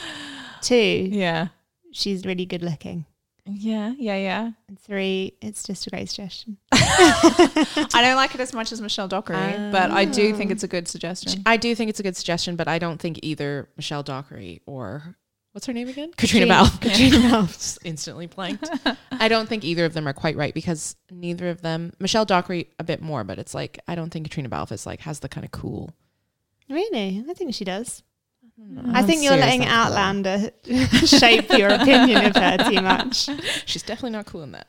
S2: Two,
S3: Yeah.
S2: she's really good looking.
S3: Yeah, yeah, yeah.
S2: And three, it's just a great suggestion.
S3: I don't like it as much as Michelle Dockery, but I do think it's a good suggestion.
S1: I do think it's a good suggestion, but I don't think either Michelle Dockery or what's her name again?
S2: Katrina Balfe.
S1: Katrina Balfe Just instantly blanked. I don't think either of them are quite right because neither of them Michelle Dockery a bit more, but it's like I don't think Katrina Balfe is like has the kind of cool.
S2: Really? I think she does.
S1: don't
S2: I think you're
S1: see her as
S2: letting
S1: that cool.
S2: Outlander shape your opinion of her too much.
S1: She's definitely not cool in that.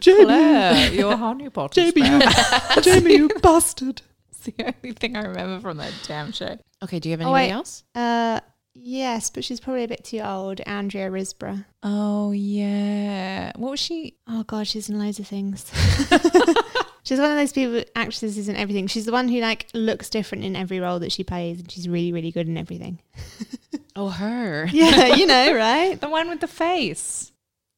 S3: Claire, your honey pot. is bad.
S2: Jamie, you bastard.
S3: It's the only thing I remember from that damn show.
S1: Okay, do you have
S2: Oh,
S1: anybody
S2: wait.
S1: else?
S2: Uh, yes, but she's probably a bit too old. Andrea Risborough.
S3: Oh, yeah. What was she?
S2: Oh god, she's in loads of things. she's one of those people actresses is in everything. She's the one who like looks different in every role that she plays and she's really, really good in everything.
S1: Oh, her.
S2: Yeah, you know, right?
S3: The one with the face.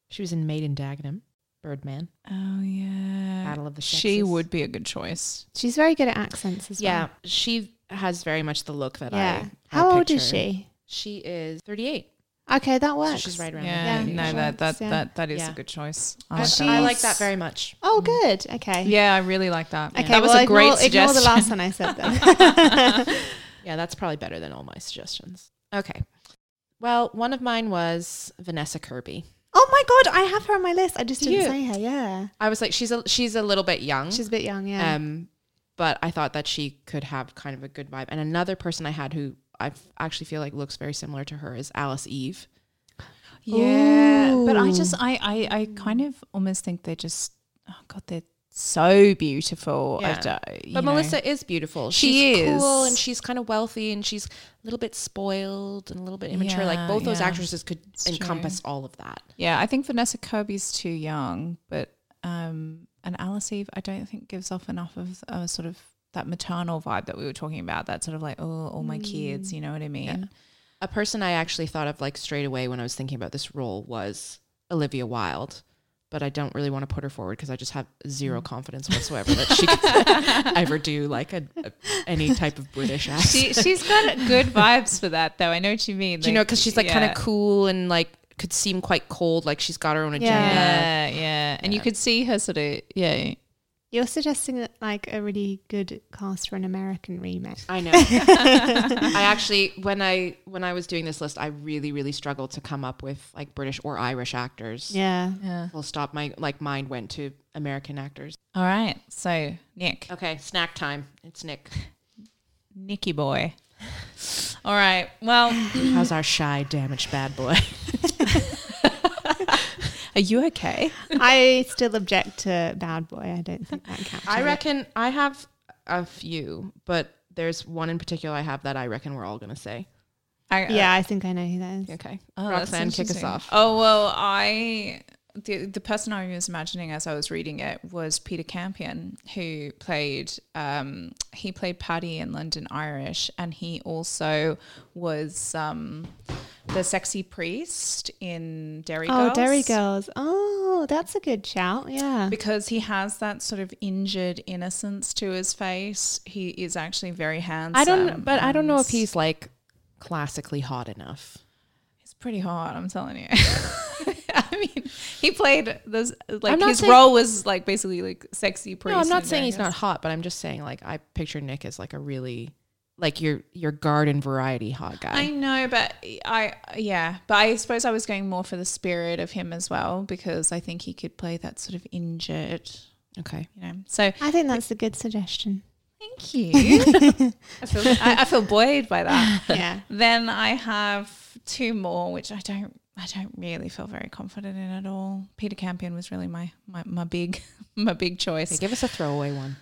S1: She was in Maiden Dagenham, Birdman,
S3: Oh,
S2: Uh,
S3: yeah.
S1: Battle of the Sexes.
S3: She would be a good choice.
S2: She's very good at accents as
S1: Yeah,
S2: well.
S1: she has very much the look that I. I
S2: How old is
S1: picture.
S2: she?
S1: She is 38
S2: Okay, that
S1: So
S2: works.
S1: she's right around.
S3: Yeah,
S1: that age.
S3: no, that that,
S2: Yeah.
S3: that that is
S1: Yeah.
S3: a good choice.
S1: I,
S3: like
S1: like
S3: that.
S1: that. I like that very much.
S2: Oh good. Okay.
S3: Yeah, I really like that.
S2: Okay,
S3: that was
S2: well,
S3: a great
S2: ignore, ignore
S3: suggestion.
S2: the last one I said then.
S1: Yeah, that's probably better than all my suggestions. Okay. Well, one of mine was Vanessa Kirby.
S2: oh my god, I have her on my list. I just
S1: Do
S2: didn't
S1: you?
S2: say her, yeah.
S1: I was like, she's a she's a little bit young.
S2: She's a bit young, yeah.
S1: Um, but I thought that she could have kind of a good vibe. And another person I had who I f- actually feel like looks very similar to her is Alice Eve.
S3: Yeah, but I
S2: Ooh.
S3: just I, I I kind of almost think they're just oh god they're so beautiful. I
S1: Yeah.
S3: don't- you
S1: But
S3: know.
S1: Melissa is beautiful.
S3: She
S1: she's
S3: is.
S1: cool and she's kind of wealthy and she's a little bit spoiled and a little bit immature.
S3: Yeah,
S1: like both those
S3: yeah.
S1: actresses could
S3: true.
S1: encompass all of that.
S3: yeah, I think Vanessa Kirby's too young, but um, and Alice Eve I don't think gives off enough of a sort of that maternal vibe that we were talking about. That sort of like oh all my
S1: Mm.
S3: kids, you know what I mean?
S1: A person I actually thought of like straight away when I was thinking about this role was Olivia Wilde, but I don't really want to put her forward because I just have
S3: Mm.
S1: zero confidence whatsoever that she could ever do like a, a- any type of British accent.
S3: She she's got good vibes for that though. I know what you mean.
S1: do you know? Because she's like kind of cool and like could seem quite cold, like she's got her own agenda.
S3: Yeah, yeah, and you could see her sort of yeah.
S2: You're suggesting that like a really good cast for an American remake.
S1: I know. I actually when I when I was doing this list, I really really struggled to come up with like British or Irish actors.
S2: Yeah.
S3: Yeah.
S1: Full stop. My like mind went to American actors.
S3: All right. So Nick,
S1: Okay, snack time. It's Nick.
S3: Nicky boy. All right. Well,
S1: How's our shy, damaged bad boy?
S3: are you okay?
S2: I still object to Bad Boy. I don't think that counts.
S1: I reckon I have a few, but there's one in particular I have that I reckon we're all gonna say.
S3: I, uh,
S2: Yeah, I think I know who that is.
S1: Okay,
S3: Oh, that's
S1: Roxanne, kick us
S3: interesting.
S1: off.
S3: Oh well, I the the person I was imagining as I was reading it was Peter Campion, who played um he played Paddy in London Irish, and he also was um the sexy priest in Derry
S2: Oh,
S3: Girls.
S2: Derry Girls. Oh, Oh, that's a good shout. Yeah.
S3: because he has that sort of injured innocence to his face. He is actually very handsome.
S1: I don't, but I don't know
S3: and
S1: if he's like classically hot enough.
S3: He's pretty hot. I'm telling you. I mean, he played this
S1: I'm
S3: like
S1: not
S3: his
S1: saying-
S3: role was like basically like sexy priest.
S1: No, I'm not
S3: in
S1: saying he's not
S3: Vegas.
S1: hot, but I'm just saying like I picture Nick as like a really like your your garden variety hot guy.
S3: I know, but I yeah, but I suppose I was going more for the spirit of him as well because I think he could play that sort of injured,
S1: okay.
S3: you know. So
S2: I think that's a good suggestion.
S3: thank you. I feel I, I feel buoyed by that.
S2: Yeah.
S3: Then I have two more, which I don't I don't really feel very confident in at all. Peter Campion was really my my, my big my big
S1: Okay,
S3: choice.
S1: give us a throwaway one.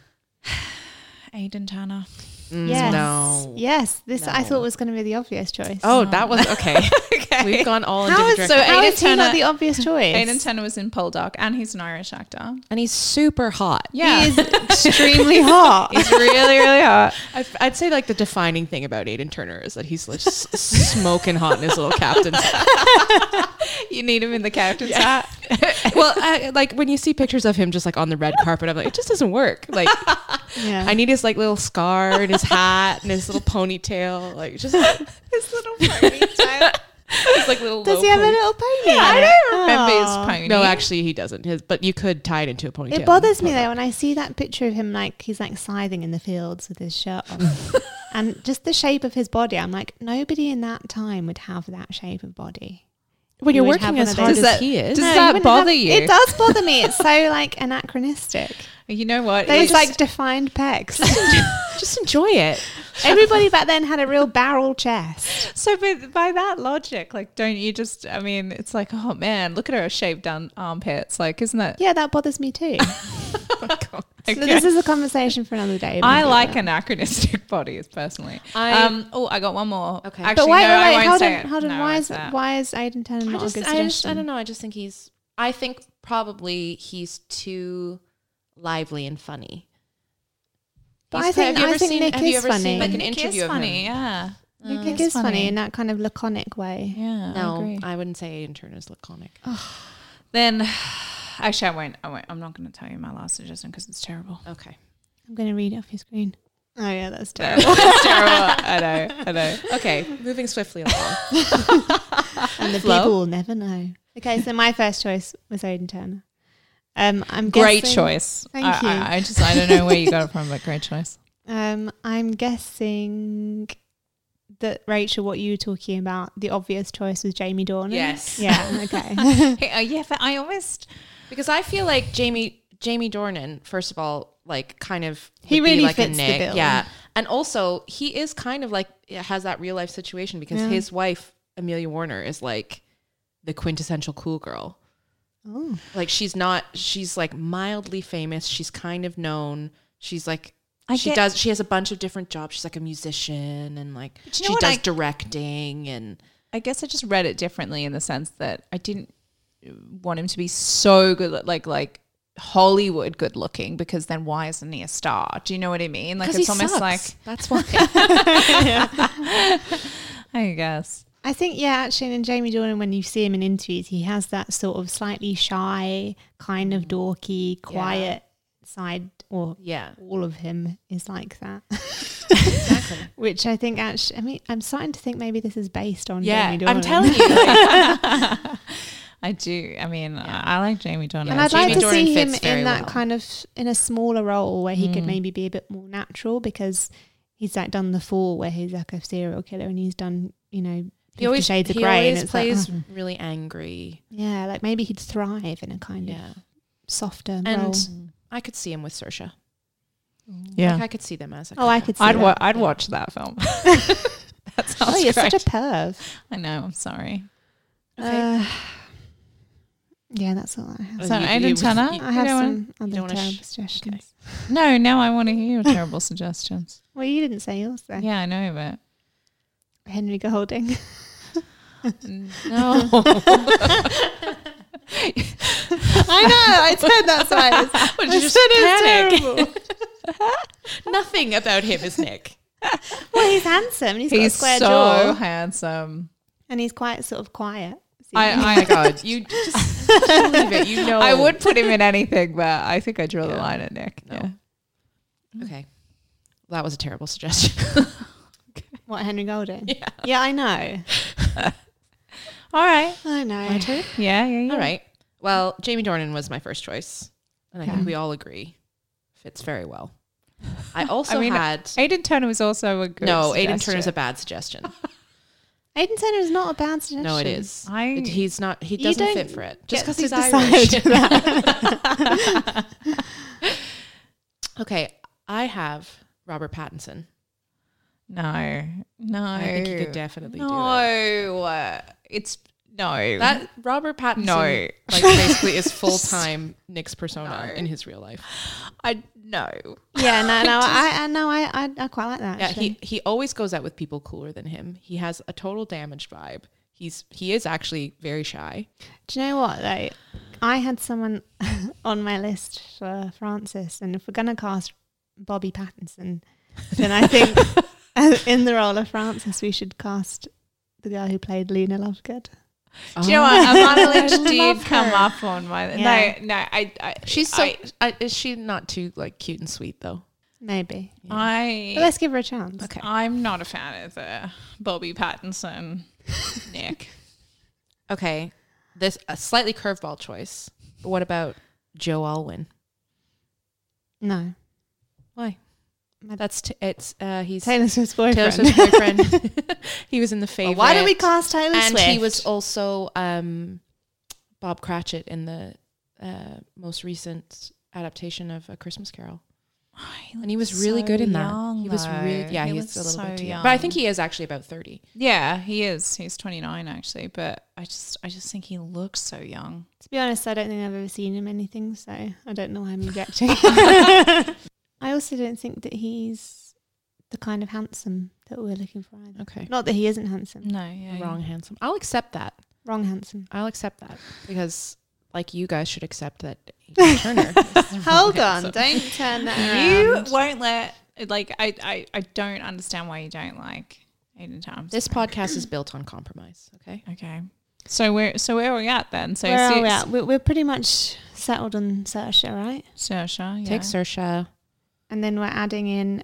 S3: Aidan Turner.
S1: Mm,
S2: yes.
S1: No.
S2: Yes. This I
S1: No.
S2: thought was going to be the obvious choice.
S1: Oh, that was okay.
S3: okay.
S1: We've gone all in
S2: How
S1: different
S2: is,
S1: directions.
S3: So
S2: how
S3: Aidan
S2: is he
S3: Turner-
S2: not the obvious choice?
S3: Aidan Turner was in Poldark and he's an Irish actor.
S1: and he's super hot.
S3: Yeah.
S2: He is extremely hot.
S3: He's really, really hot.
S1: I, I'd say like the defining thing about Aiden Turner is that he's like s- smoking hot in his little captain's hat.
S3: You need him in the captain's hat.
S1: Well, I, like when you see pictures of him just like on the red carpet, I'm like, it just doesn't work. Like
S2: Yeah.
S1: I need his like little scar and his hat and his little ponytail. Like just
S3: His little ponytail. His like little
S2: Does
S3: low
S2: he have
S3: pony-
S2: a little pony?
S3: I don't remember
S2: Oh.
S3: his pony.
S1: no, actually he doesn't. His but you could tie it into a ponytail.
S2: It bothers me though when I see that picture of him like he's like scything in the fields with his shirt on. and just the shape of his body, I'm like, nobody in that time would have that shape of body.
S1: when
S2: You
S1: you're
S2: would have
S1: working
S2: one
S1: as
S2: of
S1: hard
S2: those.
S1: as
S3: Does that-
S1: he is.
S3: does-
S2: No,
S3: that
S2: wouldn't
S3: bother you?
S2: It does bother me. It's so like anachronistic.
S3: You know what?
S2: Those
S3: It's-
S2: like defined pecs.
S1: just enjoy it.
S2: Everybody back then had a real barrel chest.
S3: so by, by that logic, like, don't you just? I mean, it's like, oh man, look at her shaved down armpits. Like, isn't that?
S2: Yeah, that bothers me too. So
S3: Okay.
S2: this is a conversation for another day.
S3: I
S2: maybe.
S3: like anachronistic bodies personally.
S1: I-
S3: um, oh, I got one more.
S1: Okay.
S3: actually,
S2: But
S3: no,
S2: wait,
S3: I
S2: wait, wait,
S3: won't
S2: hold
S3: say
S2: on,
S3: it.
S2: hold on.
S3: No, I
S2: why
S3: won't
S2: is
S3: say it.
S2: why is Aidan Turner
S1: I
S2: not
S1: just,
S2: a good
S1: I just, I
S2: suggestion?
S1: don't know. I just think he's. I think probably he's too lively and funny.
S2: But
S1: He's
S2: I
S1: quite-
S2: think-
S1: have you
S2: I
S1: ever
S2: think
S1: seen-
S2: Nick
S1: have you
S2: is
S1: ever
S2: funny.
S1: Seen
S3: But
S1: an
S3: Nick
S1: interview
S3: is
S1: of
S3: funny.
S1: him?
S3: Yeah,
S2: I think
S3: He's
S2: it's funny
S3: funny.
S2: in that kind of laconic way.
S3: yeah. I
S1: No,
S3: agree.
S1: I, wouldn't say Aiden Turner's laconic.
S2: Oh.
S3: Then, actually, I won't. I won't. I'm not going to tell you my last suggestion because it's terrible.
S1: Okay.
S2: I'm going to read it off your screen. Oh yeah, that's terrible.
S3: it's terrible. I know. I know.
S1: Okay. Moving swiftly along.
S2: and the
S3: Flo?
S2: people will never know. Okay, so my first choice was Aidan Turner. Um, I'm
S3: Great
S2: guessing-
S3: choice.
S2: Thank
S3: I,
S2: you.
S3: I, I just I don't know where you got it from, but great choice.
S2: Um, I'm guessing that Rachel, what you were talking about, the obvious choice was Jamie Dornan.
S1: Yes.
S2: Yeah. Okay.
S3: Hey, uh, yeah, but I almost
S1: Because I feel like Jamie Jamie Dornan, first of all, like kind of
S2: He
S1: would be
S2: really
S1: like
S2: fits
S1: a
S2: the
S1: Nick,
S2: bill.
S1: yeah. And also, he is kind of like has that real life situation because
S2: Yeah.
S1: his wife Amelia Warner is like the quintessential cool girl.
S2: oh,
S1: Like she's not, she's like mildly famous. She's kind of known. She's like.
S3: I
S1: she
S3: get-
S1: does. She has a bunch of different jobs. She's like a musician, and like
S3: you know
S1: she
S3: what
S1: does
S3: I-
S1: directing, and
S3: I guess I just read it differently in the sense that I didn't want him to be so good at- like like Hollywood good looking because then why isn't he a star? Do you know what I mean? Like
S1: because
S3: it's
S1: he
S3: almost
S1: sucks.
S3: like
S1: that's why.
S3: I guess.
S2: I think yeah, actually, and Jamie Dornan, when you see him in interviews, he has that sort of slightly shy, kind
S1: Mm.
S2: of dorky, quiet side or
S1: yeah,
S2: all of him is like that. Which I think actually, I mean, I'm starting to think maybe this is based on
S1: yeah.
S2: Jamie Dornan.
S1: I'm telling you, like,
S3: I do. I mean, I, I like Jamie Dornan.
S2: And I'd
S1: Jamie
S2: like to
S1: Dornan
S2: see him
S1: fits very
S2: in that
S1: well. Mm.
S2: kind of in a smaller role where he could maybe be a bit more natural because he's like done the fall where he's like a serial killer and he's done you know Fifty
S1: he always
S2: Shades of
S1: he
S2: Grey and
S1: always
S2: it's like,
S1: plays
S2: oh,
S1: really angry.
S2: yeah like maybe he'd thrive in a kind
S1: Yeah,
S2: of softer
S1: and
S2: role.
S1: I could see him with Sersha.
S3: yeah.
S1: Like I could see them as. A
S2: Oh, I
S1: couple.
S2: could see
S3: I'd wa-
S2: that.
S3: I'd watch that film. that sounds
S2: Oh, you're
S3: great.
S2: such a perv.
S3: I know. I'm sorry.
S1: Okay.
S2: Uh, yeah, that's all I have.
S1: Uh,
S3: So
S1: you-
S3: Aidan
S1: you-
S3: Turner.
S1: you-
S2: I
S3: you
S2: have
S3: know what?
S2: some
S1: don't
S2: other
S1: wanna sh-
S2: terrible suggestions.
S1: okay.
S3: No, now I want to hear your terrible suggestions.
S2: Well, you didn't say yours though.
S3: Yeah, I know, but
S2: Henry Golding.
S3: No.
S2: I know. I said that's why.
S1: Would
S2: I
S1: you just
S2: said it's
S1: panic?
S2: terrible.
S1: Nothing about him is Nick.
S2: well, he's handsome. and he's got a
S3: He's
S2: square
S3: so
S2: jaw,
S3: handsome.
S2: and he's quite sort of quiet. easy.
S3: I, I
S1: my God.
S3: you just leave it. You know, I would put him in anything, but I think I draw the
S1: Yeah.
S3: line at Nick.
S1: No.
S3: Yeah.
S1: Okay. That was a terrible suggestion.
S2: what Henry Golden?
S1: Yeah.
S2: yeah, I know.
S3: All right.
S2: I know.
S1: My turn?
S3: Yeah, yeah, yeah.
S1: All right. Well, Jamie Dornan was my first choice, and I
S2: Okay.
S1: think we all agree fits very well. I also
S3: mean,
S1: had
S3: Aiden Turner was also a good
S1: no. Aiden
S3: suggestion.
S1: Turner's a bad suggestion.
S2: Aiden Center is not a bad suggestion.
S1: No, it is.
S3: I-
S1: It- he's not. He
S2: You
S1: doesn't
S2: don't
S1: fit for it. Just
S2: Get
S1: because
S2: to
S1: he's Irish.
S2: decide that.
S1: okay, I have Robert Pattinson.
S3: No, no.
S1: I think you could definitely
S3: no.
S1: do that.
S3: It's no.
S1: That Robert Pattinson,
S3: No.
S1: like basically, is full time Nick's persona
S3: No.
S1: in his real life.
S3: I no.
S2: yeah, no, no, I, I no, I, I, I quite like that.
S1: Yeah,
S2: actually.
S1: he he always goes out with people cooler than him. He has a total damaged vibe. He's he is actually very shy.
S2: Do you know what though? I had someone on my list for Francis, and if we're gonna cast Bobby Pattinson, then I think uh, in the role of Francis, we should cast the girl who played Lena Lovegood.
S3: Do you know
S2: Oh.
S3: what?
S1: Oh.
S3: Amanda
S2: I
S3: Lynch did
S2: love
S3: come
S2: her.
S3: up on my.
S2: Yeah.
S3: No, no. I. I
S1: She's so.
S3: I,
S1: I, is she not too like cute and sweet though?
S2: Maybe,
S3: I
S2: but let's give her a chance.
S1: Okay.
S3: I'm not a fan of the Bobby Pattinson Nick.
S1: Okay, this a slightly curveball choice. But what about Joe Alwyn?
S2: No,
S1: Why?
S2: My-
S1: That's t- it's uh he's Taylor,
S2: Taylor Swift's boyfriend.
S1: Swift's boyfriend. he was in the
S2: Well,
S1: favorite.
S2: why did we cast Taylor
S1: And
S2: Swift?
S1: he was also um Bob Cratchit in the uh most recent adaptation of A Christmas Carol. And he was really
S3: so
S1: good in that.
S3: young,
S1: he was really
S3: though.
S1: yeah,
S3: He
S1: he's
S3: was
S1: a little
S3: so
S1: bit too young. But I think
S3: young.
S1: he is actually about 30.
S3: Yeah, he is. He's 29 actually, but I just I just think he looks so young.
S2: To be honest, I don't think I've ever seen him anything, so I don't know why I'm rejecting. I also don't think that he's the kind of handsome that we're looking for either.
S1: Okay.
S2: Not that he isn't handsome.
S3: No, yeah.
S1: Wrong handsome. I'll accept that.
S2: Wrong handsome.
S1: I'll accept that because like you guys should accept that Aiden Turner. is
S2: Hold
S1: handsome.
S2: on, don't turn that
S3: You
S2: around.
S3: won't let like I, I I don't understand why you don't like Aiden Times.
S1: This podcast is built on compromise, okay?
S3: Okay. So where so where are we at then? So
S2: Where are
S3: six,
S2: we at? We're, we're pretty much settled on Sersha, right?
S3: Saoirse, yeah.
S1: Take Sersha.
S2: And then we're adding in.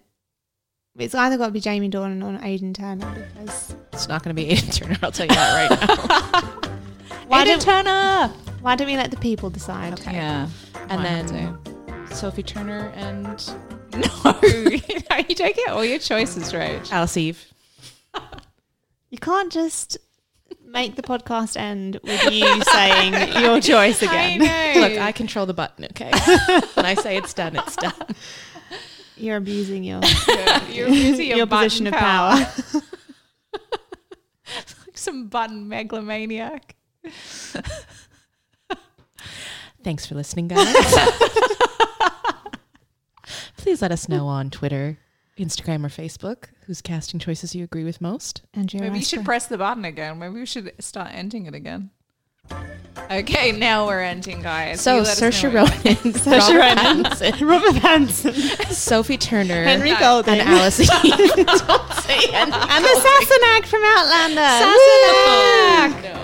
S2: It's either got to be Jamie Dornan or Aidan Turner because
S1: It's not going to be Aiden Turner. I'll tell you that right now.
S2: why
S3: Aiden
S2: don't,
S3: Turner.
S2: why don't we let the people decide?
S3: Yeah.
S1: And
S3: Might have
S1: then- Sophie Turner and
S3: to. no, No, you don't get all your choices right.
S1: Alice Eve.
S2: You can't just make the podcast end with you saying your choice again.
S3: I know.
S1: Look, I control the button, okay? when I say it's done, it's done.
S2: You're abusing your
S3: you're using your,
S2: your position of
S3: button
S2: power.
S3: Like some button megalomaniac.
S1: Thanks for listening, guys. Please let us know on Twitter, Instagram, or Facebook whose casting choices you agree with most.
S2: And your
S3: Maybe you should press the button again. Maybe we should start ending it again. Okay, now we're ending, guys.
S1: So,
S3: You let us know
S1: Saoirse
S3: what you-
S1: Ronan,
S2: Saoirse
S1: Robert
S2: Ronan.
S1: Pattinson,
S2: Robert Hanson,
S1: Sophie Turner,
S2: Henry
S3: No.
S2: Golden,
S1: and Alice Eve. Don't say Henry
S2: and the Sassenag from Outlander.
S1: Sassenach.
S2: Woo!
S1: No.